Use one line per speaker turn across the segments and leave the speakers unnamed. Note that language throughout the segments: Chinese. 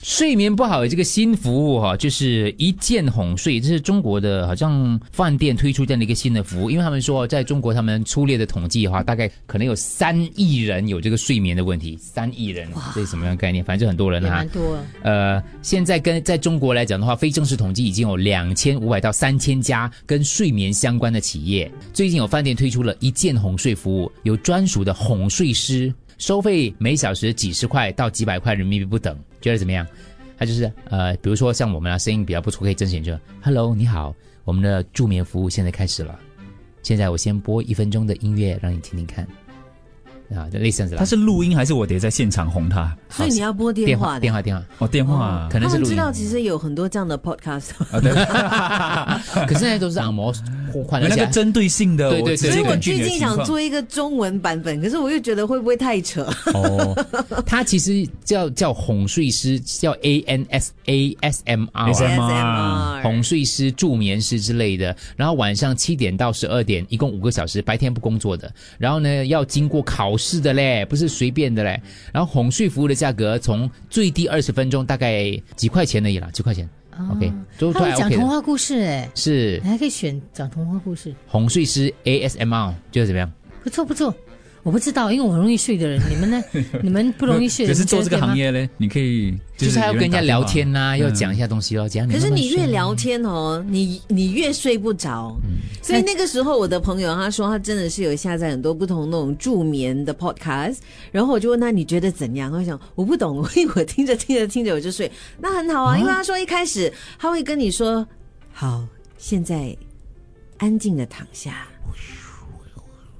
睡眠不好有这个新服务哈、就是一键哄睡，这是中国的好像饭店推出这样的一个新的服务，因为他们说在中国他们粗略的统计
嗯
哈、大概可能有三亿人有这个睡眠的问题，三亿人这是什么样的概念？反正就很多人
也
哈、
蛮多了。
呃，现在跟在中国来讲的话，非正式统计已经有两千五百到三千家跟睡眠相关的企业。最近有饭店推出了一键哄睡服务，有专属的哄睡师，收费每小时几十块到几百块人民币不等。觉得怎么样？他就是呃，比如说像我们啊，声音比较不错，可以甄选就 Hello，你好，我们的助眠服务现在开始了。现在我先播一分钟的音乐让你听听看，啊，就类似这样子啦
他是录音还是我得在现场哄他？
所以你要拨电
电
话的，
电话电话，
哦，电话
可能
他
是
们
录
知
音。
道其实有很多这样的 podcast，
可是现在都是按摩互换，
有
而
那
且
个针对性的，
对对对
直
所
接
以我
根据
最
你的
近
情
想
况
做一个中文版本，可是我又觉得会不会太扯？
哦，他其实叫叫哄睡师，叫 A N S A S M R。啊
ASMR
哄睡师、助眠师之类的，然后晚上七点到十二点，一共五个小时，白天不工作的。然后呢，要经过考试的嘞，不是随便的嘞。然后哄睡服务的价格从最低二十分钟，大概几块钱而已啦，几块钱。OK，都
哦他
都
会
还
讲
OK
童
的。
话故事哎，
是
你还可以选讲童话故事，
哄睡师 ASMR，就是怎么样？
不错不错。我不知道，因为我很容易睡的人，你 们呢？你们不容易睡的
可
人，
是做这个行
业，
业嘞，你可以
就是是还要
有
跟人家
打电
聊
话
天呐、
嗯
要讲一下东西咯，讲。
可是嗯你
慢慢
越
睡
聊天哦，你你越睡不着，所以那个时候我的朋友他说他真的是有下载很多不同那种助眠的 podcast，然后我就问他你觉得怎样？他想我不懂，因为我听着听着听着我就睡，那很好啊，因为他说一开始他会跟你说好，现在安静的躺下，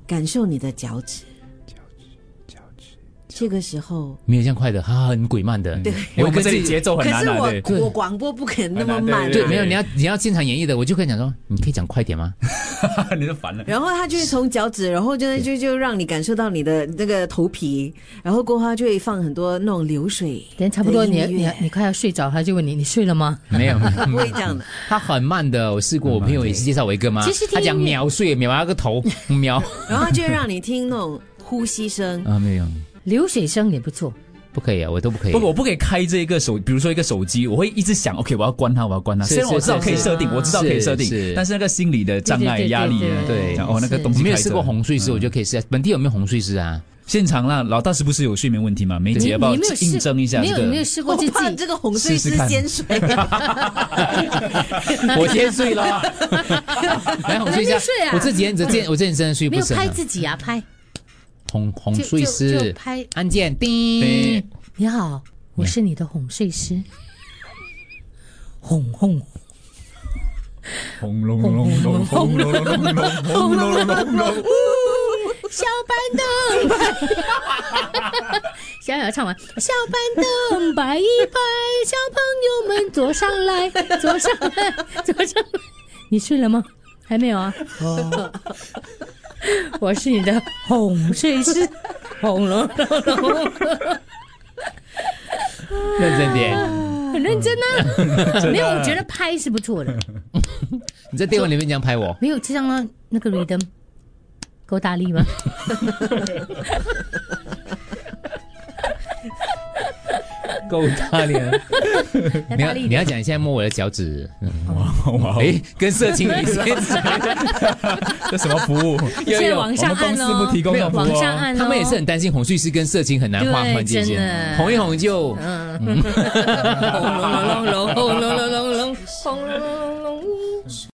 感受你的脚趾，脚趾，脚趾，这个时候。
没有这样快的，它很鬼慢的。
对因为我们这里节奏很
可
难
是
啊，对。
我我广播不可能那么
很难
慢、啊，
对，没有你要你要现场演绎的，我就跟你讲说，你可以讲快点 吗？
你就烦了。
然后他就会从脚趾，然后就就就让你感受到你的那个头皮，然后过后他就会放很多那种流水的音乐，
等差不多你你你快要睡着，他就问你你睡了吗？
没有，
不会这样的。
他很慢的。我试过，我朋友也是介绍我一个嘛
其实，听
他讲
音乐
秒睡，秒那个头 秒
然后他就会让你听那种呼吸声，
啊，没有，
流水声也不错，
不可以啊，我都不可以
不。过我不可以开这个手，比如说一个手机，我会一直想，OK，我要关它，我要关它。
是
虽然我
是
知道
是
可以设定，
是
我知道可以设
是是
定，但是那个心理的障碍、
对对对对
压力啊，
对
对
讲哦，那个
是
东
我哎
西嗯
没有
开着
试过哄睡师，我就可以试。本地有没有哄睡师 啊？
现场啦，老大是不是有睡眠问题嘛？梅姐要不要
你没有试
印证一下
没
这
有，你没有
个？
试过
我
自
怕
己
这个哄睡师先睡，
我先睡了， 来哄睡一下
还没睡啊。
我这几天这 件我这几天真的睡
没
不
有
深
拍
啊。
自己啊，拍
哄哄
就
睡
就就
师，
拍。
按键叮
对。
你好，我是你的哄睡师，哄哄
轰隆隆隆隆轰隆隆隆隆轰隆隆隆隆。
小板凳摆， 小小唱完，小板凳摆一摆，小朋友们坐上来，坐上来，坐上来。你睡了吗？还没有啊？哦，我是你的哄睡师，哄了，
认真点。
很认真 啊。没有，我觉得拍是不错的。
你在电话里面这样拍我，
没有，就像那那个 rhythm 够大力吗？
够大脸。你
要大
要
力一
你
点。
要讲一下摸我的脚趾，
哇，哦
哎，跟色情有一些
这什么服务？
有
现在
有
往上
我
按
们公
喽，
司不提供这种服务啊
往上按咯哦
他们也是很担心红睡师跟色情很难划
对
分界
真
线，
的
哄一哄就
轰隆隆隆隆轰隆隆隆隆轰隆隆隆隆。